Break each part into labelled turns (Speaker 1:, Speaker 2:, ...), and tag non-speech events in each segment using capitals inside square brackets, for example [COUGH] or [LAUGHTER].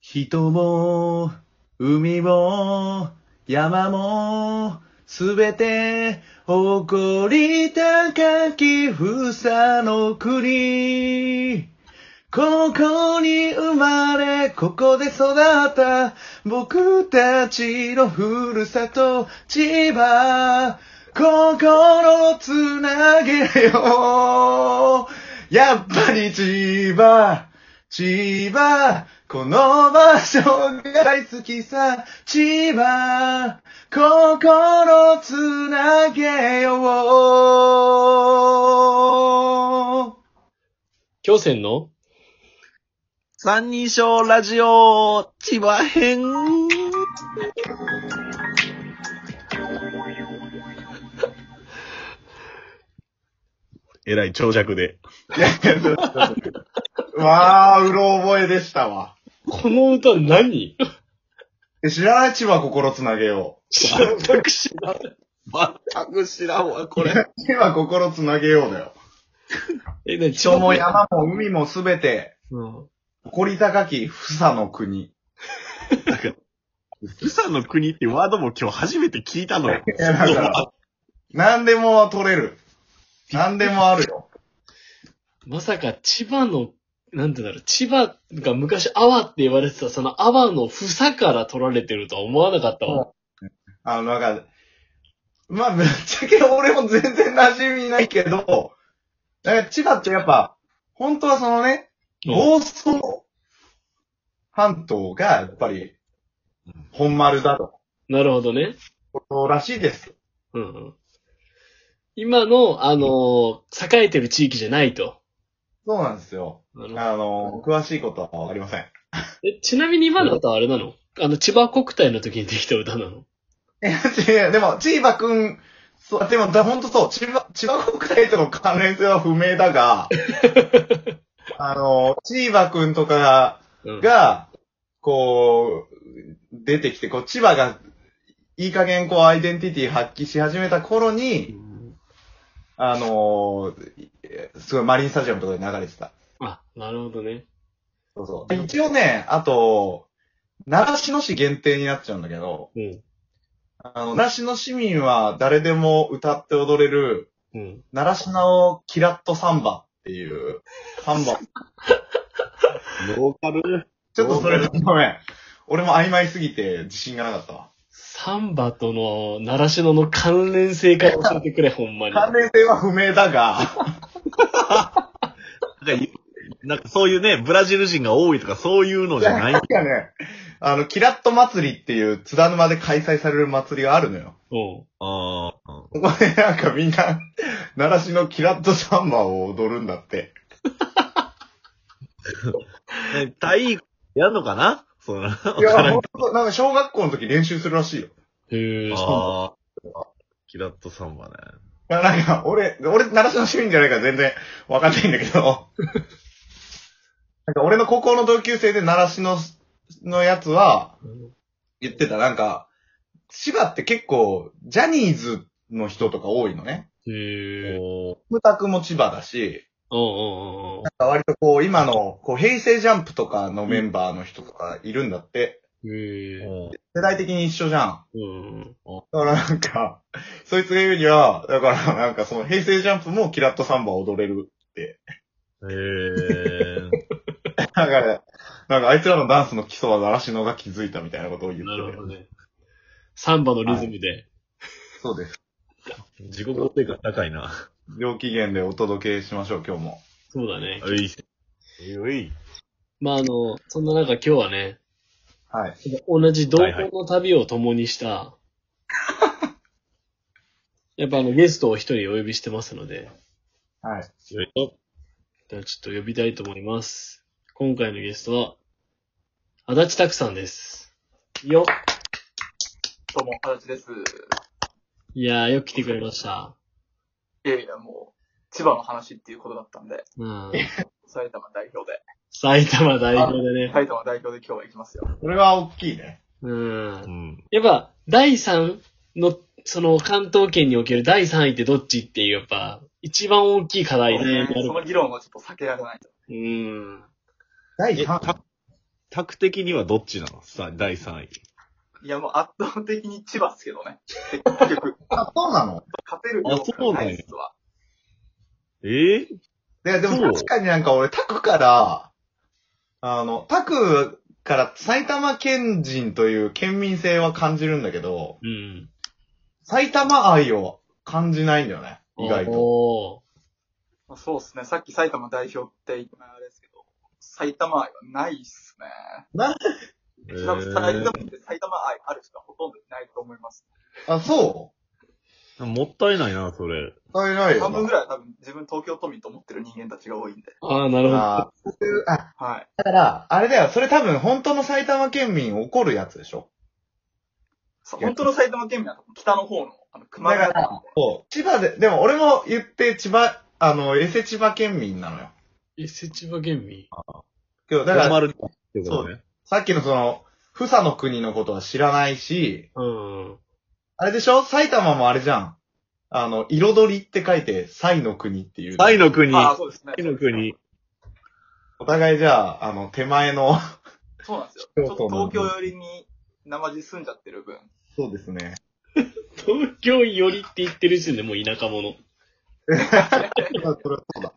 Speaker 1: 人も、海も、山も、すべて、誇り高きふさの国。ここに生まれ、ここで育った、僕たちのふるさと、千葉。心つなげよう。やっぱり千葉。千葉、この場所が大好きさ。千葉、心つなげよう。
Speaker 2: 京戦の
Speaker 1: 三人称ラジオ、千葉編。
Speaker 3: えらい長尺で。
Speaker 1: [LAUGHS] わあ、うろ覚えでしたわ。
Speaker 2: この歌何
Speaker 1: え知らない千葉心つなげよ
Speaker 2: 全く知らない。
Speaker 4: 全く知らんわ、こ
Speaker 1: う。。千葉心つなげようだよ。
Speaker 2: え、なに
Speaker 1: 人も山も海もすべて、
Speaker 2: うん。
Speaker 1: 誇り高き房の国。
Speaker 3: 宇佐の国ってワードも今日初めて聞いたのよ。
Speaker 1: いや、だから、何でも取れる。何でもあるよ。
Speaker 2: まさか千葉の、なんて言うんだろう、千葉が昔阿波って言われてた、その阿波の房から取られてるとは思わなかったわ。
Speaker 1: あの、なんか、まあ、ぶっちゃけ俺も全然馴染みないけど、なんか千葉ってやっぱ、本当はそのね、
Speaker 2: うん
Speaker 1: 房総半島がやっぱり、本丸だと。
Speaker 2: なるほどね。
Speaker 1: そうらしいです。
Speaker 2: うんうん。今の、あのー栄えてる地域じゃないと。
Speaker 1: そうなんですよ。
Speaker 2: なるほど
Speaker 1: あの、詳しいことはわかりません。
Speaker 2: えちなみに今の歌はあれなのあの、千葉国体の時にできた歌なの
Speaker 1: いや、違うでも、千葉くん、そう、でも、だほんとそう、千葉、千葉国体との関連性は不明だが、あの、千葉くんとか
Speaker 2: うん。
Speaker 1: が、こう、出てきて、こう、千葉が、いい加減、こう、アイデンティティ発揮し始めた頃
Speaker 2: う
Speaker 1: に、
Speaker 2: ん
Speaker 1: あの、すごい、マリンスタジアムとかで流れてた。
Speaker 2: あ、なるほどね。
Speaker 1: そうそう。一応ね、あと、習志野市限定になっちゃうんだけど、
Speaker 2: うん。
Speaker 1: あの、奈良市の市民は誰でも歌って踊れる、
Speaker 2: うん。
Speaker 1: 奈良市のキラッとサンバっていう、サンバ。
Speaker 3: [LAUGHS] ローカル
Speaker 1: [LAUGHS] ちょっとそれ、ごめん。俺も曖昧すぎて自信がなかったわ。
Speaker 2: サンバとの、習志野の関連性から教えてくれ、ほんまに。
Speaker 1: [LAUGHS] 関連性は不明だが、
Speaker 3: なんかいなんかそういうね、ブラジル人が多いとかそういうのじ
Speaker 1: [LAUGHS]
Speaker 3: ゃない。
Speaker 1: いやね、あの、キラッと祭りっていう津田沼で開催される祭りがあるのよ。
Speaker 2: うん。
Speaker 3: あー
Speaker 1: ここでなんかみんな、奈良市のキラッとサンバを踊るんだ
Speaker 3: [LAUGHS]
Speaker 1: って。
Speaker 3: ね体育やんのかなその
Speaker 1: いや、ほんと、なんか小学校の時練習するらしいよ。
Speaker 2: へえ、そ
Speaker 3: あーキラッとサンバね。
Speaker 1: いやなんか、俺、俺、奈良市の市民じゃないから全然わかんないんだけど。なんか、俺の高校の同級生で奈良市の、のやつは、
Speaker 2: うなんだ。
Speaker 1: 言ってた、なんか、千葉って結構、ジャニーズの人とか多いのね。
Speaker 2: へえ。
Speaker 3: おー
Speaker 1: ムタクも千葉だし、
Speaker 2: うんうんうんう
Speaker 1: なん
Speaker 2: ん
Speaker 1: か割とこう、今の、こう、平成ジャンプとかのメンバーの人とかいるんだって。
Speaker 2: へえ。
Speaker 3: おー
Speaker 1: 世代的に一緒じゃん。
Speaker 2: うん。
Speaker 1: だからなんか、そいつが言うには、だからなんかその平成ジャンプもキラッとサンバ踊れる
Speaker 3: へー。
Speaker 1: だから、なんかあいつらのダンスの基礎は習志野が気づいたみたいなことを言って
Speaker 2: なるほどね。サンバのリズムで。
Speaker 1: そうです。
Speaker 3: 自己肯定感高いな。
Speaker 1: 上機嫌でお届けしましょう、今日も。
Speaker 2: そうだね。
Speaker 3: うい。うい。
Speaker 2: まあ、あの、そんな中今日はね、
Speaker 1: はい。
Speaker 2: 同じ同行の旅を共にした、やっぱあの、ゲストを一人お呼びしてますので、
Speaker 1: はい。
Speaker 3: よいし
Speaker 2: ではちょっと呼びたいと思います。今回のゲストは、足立拓さんです。よっ
Speaker 4: どうも、はだちです。
Speaker 2: いやー、よく来てくれました。
Speaker 4: いやいや、もう、千葉の話っていうことだったんで、
Speaker 2: うん。
Speaker 4: 埼玉代表で、
Speaker 2: 埼玉代表でね。
Speaker 4: 埼玉代表で今日は行きますよ。
Speaker 1: これは大きいね。
Speaker 2: うん
Speaker 3: ょ。うん。
Speaker 2: やっぱ、第3の、その関東圏における第3位ってどっちっていう、やっぱ、一番大きい課題になる
Speaker 4: その議論はちょっと避けられないと。
Speaker 2: うん。
Speaker 1: 第
Speaker 3: え、
Speaker 1: 3
Speaker 3: た、タク的にはどっちなのさ、第3位。
Speaker 4: いや、もう圧倒的に千葉っすけどね。結局、
Speaker 1: あ、そうなの
Speaker 4: 勝てる量がないっすわ。
Speaker 3: ええ
Speaker 1: いや、でも
Speaker 3: そう
Speaker 1: 確かになんか俺、タクから、あの、タクから埼玉県人という県民性は感じるんだけど、
Speaker 2: うん。
Speaker 1: 埼玉愛を感じないんだよね、意外と。
Speaker 2: と。
Speaker 4: まあそうっすね。さっき埼玉代表って言ったあれですけど、埼玉愛はないっすね。
Speaker 3: ー
Speaker 4: 多分埼玉って埼玉愛ある人はほとんどいないと思います。
Speaker 1: あ、そ
Speaker 3: もったいないな、それ。
Speaker 1: うはいないよ
Speaker 4: 半分
Speaker 1: な
Speaker 4: ぐ。らいは多分自分東京都民と思ってる人間たちが多いんで。
Speaker 2: ああ、なるほど。
Speaker 1: あーそういうあ、
Speaker 4: はい。
Speaker 1: だから、あれだよ、それ多分本当の埼玉県民怒るやつでしょ
Speaker 4: そう本当の埼玉県民は多分北の方の、あの、熊
Speaker 1: だ
Speaker 4: 谷
Speaker 1: からそう。千葉で、でも俺も言って千葉、あの、エセ千葉県民なのよ。
Speaker 2: え、せちば県民
Speaker 1: けど、だ
Speaker 3: だ
Speaker 1: から、
Speaker 3: 丸ってことね。
Speaker 1: さっきのその、ふさの国のことは知らないし、
Speaker 2: うん。
Speaker 1: あれでしょ埼玉もあれじゃん。あの、彩りって書いて、サイの国っていう。
Speaker 3: タイの国。
Speaker 4: ああ、
Speaker 3: タ
Speaker 4: そうですね。
Speaker 3: イの国。
Speaker 1: お互いじゃあ、あの、手前の。
Speaker 4: そうなんですよ。
Speaker 1: そう
Speaker 4: ちょっと東京寄りに、生地住んじゃってる分。
Speaker 1: そうですね。
Speaker 2: 東京寄りって言ってる時点でもう田舎者。
Speaker 1: まあそれはそうだ。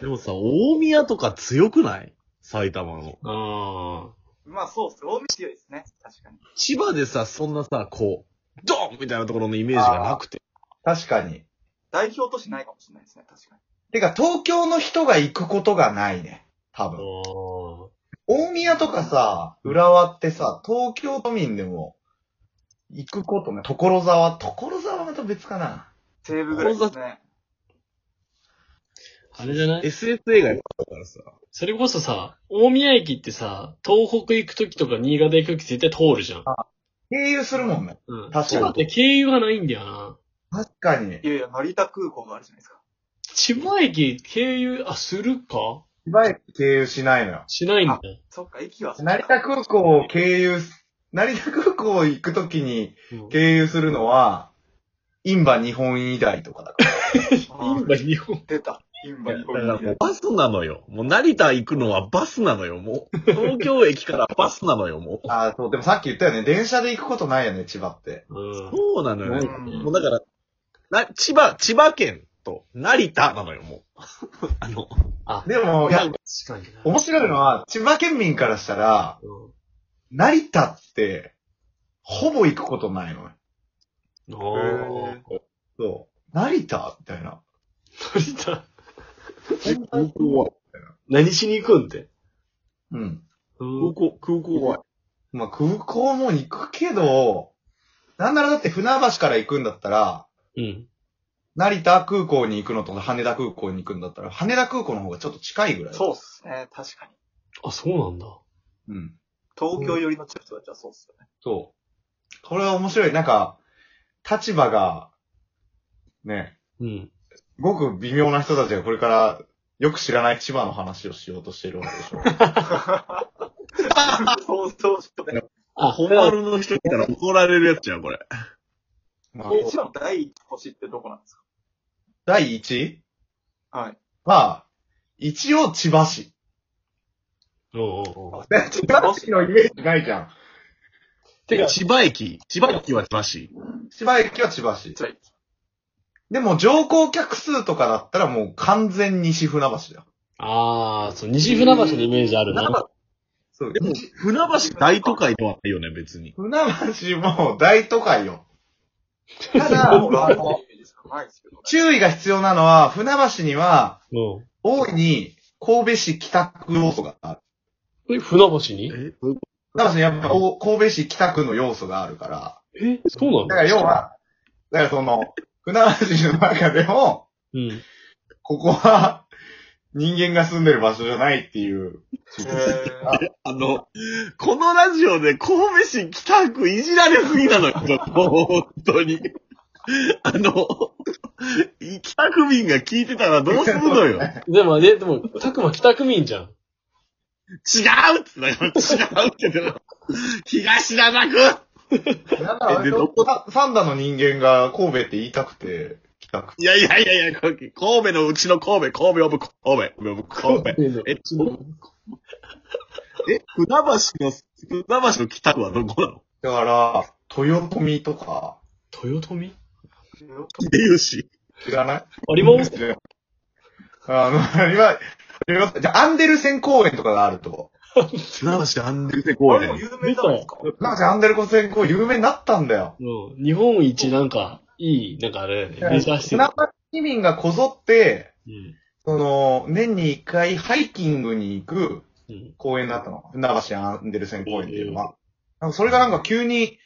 Speaker 3: でもさ、大宮とか強くない埼玉の。
Speaker 2: あ
Speaker 4: まあそうっす。大見強いですね。確かに。
Speaker 3: 千葉でさ、そんなさ、こう、ドーンみたいなところのイメージがなくて。
Speaker 1: 確かに。
Speaker 4: 代表としてないかもしれないですね。確かに。
Speaker 1: てか、東京の人が行くことがないね。多
Speaker 2: あ。ああ
Speaker 1: 分。。大宮とかさ、浦和ってさ、東京都民でも、行くことね。所沢。所沢はまた別かな。
Speaker 4: 西部ぐらいですね。
Speaker 2: あれじゃない
Speaker 3: SS 映画やったからさ。
Speaker 2: それこそさ、大宮駅ってさ、東北行くときとか新潟行くとき絶対通るじゃん。
Speaker 1: 経由するもんね。
Speaker 2: う
Speaker 1: 確
Speaker 2: ん。
Speaker 1: かに
Speaker 2: 千葉って経由がないんだよな。
Speaker 1: 確かに。
Speaker 4: いやいや、成田空港があるじゃないですか。
Speaker 2: 千葉駅経由、あ、するか
Speaker 1: 千葉駅経由しないのよ。
Speaker 2: しないんだ。
Speaker 4: そっか、駅はそっか
Speaker 1: 成田空港を経由す、成田空港行くときに
Speaker 2: うん
Speaker 1: 経由するのは、インバ日本以外とかだから。
Speaker 4: あー
Speaker 2: 今日本。
Speaker 4: 出た。インバに
Speaker 3: だからもうバスなのよ。もう成田行くのはバスなのよ。もう、
Speaker 2: [LAUGHS]
Speaker 3: 東京駅からバスなのよ、もう。
Speaker 1: [LAUGHS] ああ、そう、でもさっき言ったよね。電車で行くことないよね、千葉って。
Speaker 2: うん。
Speaker 3: そうなのよ。
Speaker 4: う
Speaker 3: もうだから、な、千葉、千葉県と成田なのよ、もう。あの、
Speaker 1: でも、いや、
Speaker 2: 確かにな。
Speaker 1: 面白いのは、千葉県民からしたら、成田って、ほぼ行くことないのね。
Speaker 2: うん。
Speaker 4: へ
Speaker 2: あ
Speaker 4: ー
Speaker 1: そう。成田みたいな。
Speaker 2: あ。成田。
Speaker 3: 空港は、
Speaker 2: 何しに行くんって。
Speaker 1: うん。
Speaker 2: うん
Speaker 3: 空。港、空港は、
Speaker 1: まあ、空港も行くけど、なんならだって船橋から行くんだったら、
Speaker 2: うん。
Speaker 1: 成田空港に行くのと羽田空港に行くんだったら、羽田空港の方がちょっと近いぐらい。
Speaker 4: そうっすね。確かに。
Speaker 2: あ、そうなんだ。
Speaker 1: う。うん。
Speaker 4: 東京寄りのチップスはじゃあそうっすよね。
Speaker 1: そう。これは面白い。なんか、立場が、ね、
Speaker 2: うん。
Speaker 1: ごく微妙な人たちがこれから、よく知らない千葉の話をしようとしてるわけでしょ。
Speaker 4: [LAUGHS] そうそうそう。
Speaker 2: あ、
Speaker 3: 本丸の人来たら怒られるやつじゃん、これ。
Speaker 1: まあ
Speaker 4: え一番の第一星ってどこなんです
Speaker 1: 第一位
Speaker 4: かはい。
Speaker 1: は、一応千葉市。
Speaker 2: おうおうおう
Speaker 1: 千葉市のイメージ [LAUGHS] ないじゃん。
Speaker 2: てか、
Speaker 3: 千葉駅、千葉駅は千葉市。
Speaker 1: 千葉駅は千葉市。
Speaker 4: じゃあ、
Speaker 1: でも乗降客数とかだったらもう完全西船橋だよ。
Speaker 2: ああ、そう、西船橋のイメージあるな。
Speaker 1: そう
Speaker 3: でも、船橋大都会ではないよね、別に。
Speaker 1: 船橋も大都会よ。た
Speaker 4: [LAUGHS]
Speaker 1: だ、
Speaker 4: もうラーメ
Speaker 1: あ
Speaker 4: ン
Speaker 1: の
Speaker 4: のイメージしかないですけどね。
Speaker 1: 注意が必要なのは、船橋には、
Speaker 2: うん。
Speaker 1: 大いに神戸市北区要素がある。
Speaker 2: え、船橋に
Speaker 3: え
Speaker 1: 船橋にやっぱお神戸市北区の要素があるから。
Speaker 2: え、そう
Speaker 1: だか
Speaker 2: なの
Speaker 1: ら要は、だからその、船橋の中でも、
Speaker 2: うん。
Speaker 1: ここは、人間が住んでる場所じゃないっていう。
Speaker 4: えー
Speaker 3: あの、このラジオで神戸市北区いじられすぎなのよ、ちょ [LAUGHS] っと本当に。あの、北区民が聞いてたらどうするのよ。違うっ
Speaker 2: でも、え、でも、たくま北区民じゃん。
Speaker 3: つってだから違うけど、東灘
Speaker 1: [LAUGHS]
Speaker 3: 区
Speaker 1: なんかあれ
Speaker 3: でど
Speaker 1: ササンダの人間が神戸って言いたくて、来たくて。
Speaker 3: いやいやいやいや、神戸のうちの神戸、神戸オブ神戸、神戸オブ神戸。え、え、船橋の、船橋の北区はどこなの
Speaker 1: だから、豊臣とか、
Speaker 2: 豊臣
Speaker 3: 秀吉。
Speaker 1: 知らない
Speaker 2: 有馬温泉
Speaker 1: あの、今、今じゃあ、アンデルセン公園とかがあると。
Speaker 3: 船橋アンデルセ公
Speaker 4: あれも
Speaker 3: 園。
Speaker 4: 有名じゃないですか。
Speaker 1: なんかアンデルセン公園有名になったんだよ。
Speaker 2: うん。日本一なんか、いい、なんかあれだよね。レジャーシテ
Speaker 1: 船
Speaker 2: ィ。
Speaker 1: 橋市民がこぞって、
Speaker 2: うん。
Speaker 1: その、年に一回ハイキングに行く
Speaker 2: うん。
Speaker 1: 公園だったの。船橋アンデルセン公園っていうのは。なんかそれがなんか急に、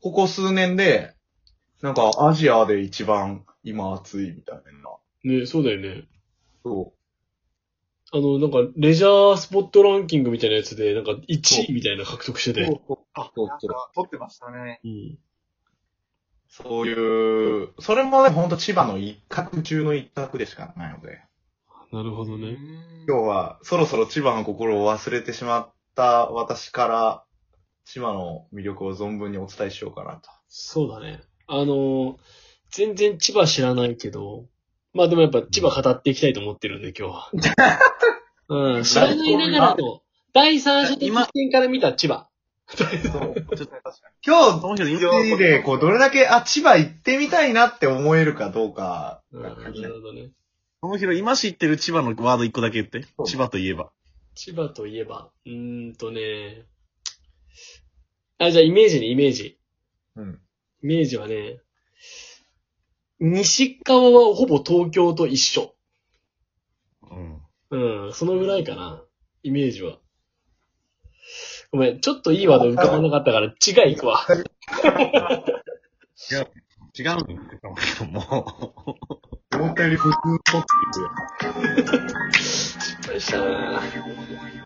Speaker 1: ここ数年で、なんかアジアで一番今暑いみたいな。
Speaker 2: ね、そうだよね。
Speaker 1: そ
Speaker 2: あの、なんか、レジャースポットランキングみたいなやつで、なんか、1位みたいな獲得して
Speaker 1: う。
Speaker 2: て。
Speaker 1: あ
Speaker 4: なんか、撮ってましたね。
Speaker 2: うん。
Speaker 1: そういう、それもね、ほんと千葉の一角中の一角でしかないので。
Speaker 2: なるほどね。
Speaker 1: 今日はそろそろ千葉の心を忘れてしまった私から千葉の魅力を存分にお伝えしようかなと。
Speaker 2: そうだね。あの、全然千葉知らないけど、まあでもやっぱ千葉語っていきたいと思ってるん [LAUGHS] で、今日は。うん、知らないながらと、第三者的視点から見た千葉。
Speaker 4: ちょっとね確か
Speaker 1: 今
Speaker 3: その人の
Speaker 1: 日で、こう、どれだけ、あ、千葉行ってみたいなって思えるかどうか。
Speaker 2: うん、なるほどね。
Speaker 3: その人今知ってる千葉のワード一個だけ言って。千葉といえば。
Speaker 2: 千葉といえば、うーんとね、あ、じゃあイメージね、イメージ。
Speaker 1: うん。
Speaker 2: イメージはね、西側はほぼ東京と一緒。
Speaker 3: うん。
Speaker 2: うん、そのぐらいかな。イメージは。ごめん、ちょっといいワード浮かばなかったから、違い行くわ。
Speaker 3: 違うんだけども。
Speaker 1: 思ったより普通のっていう。
Speaker 2: 失敗したな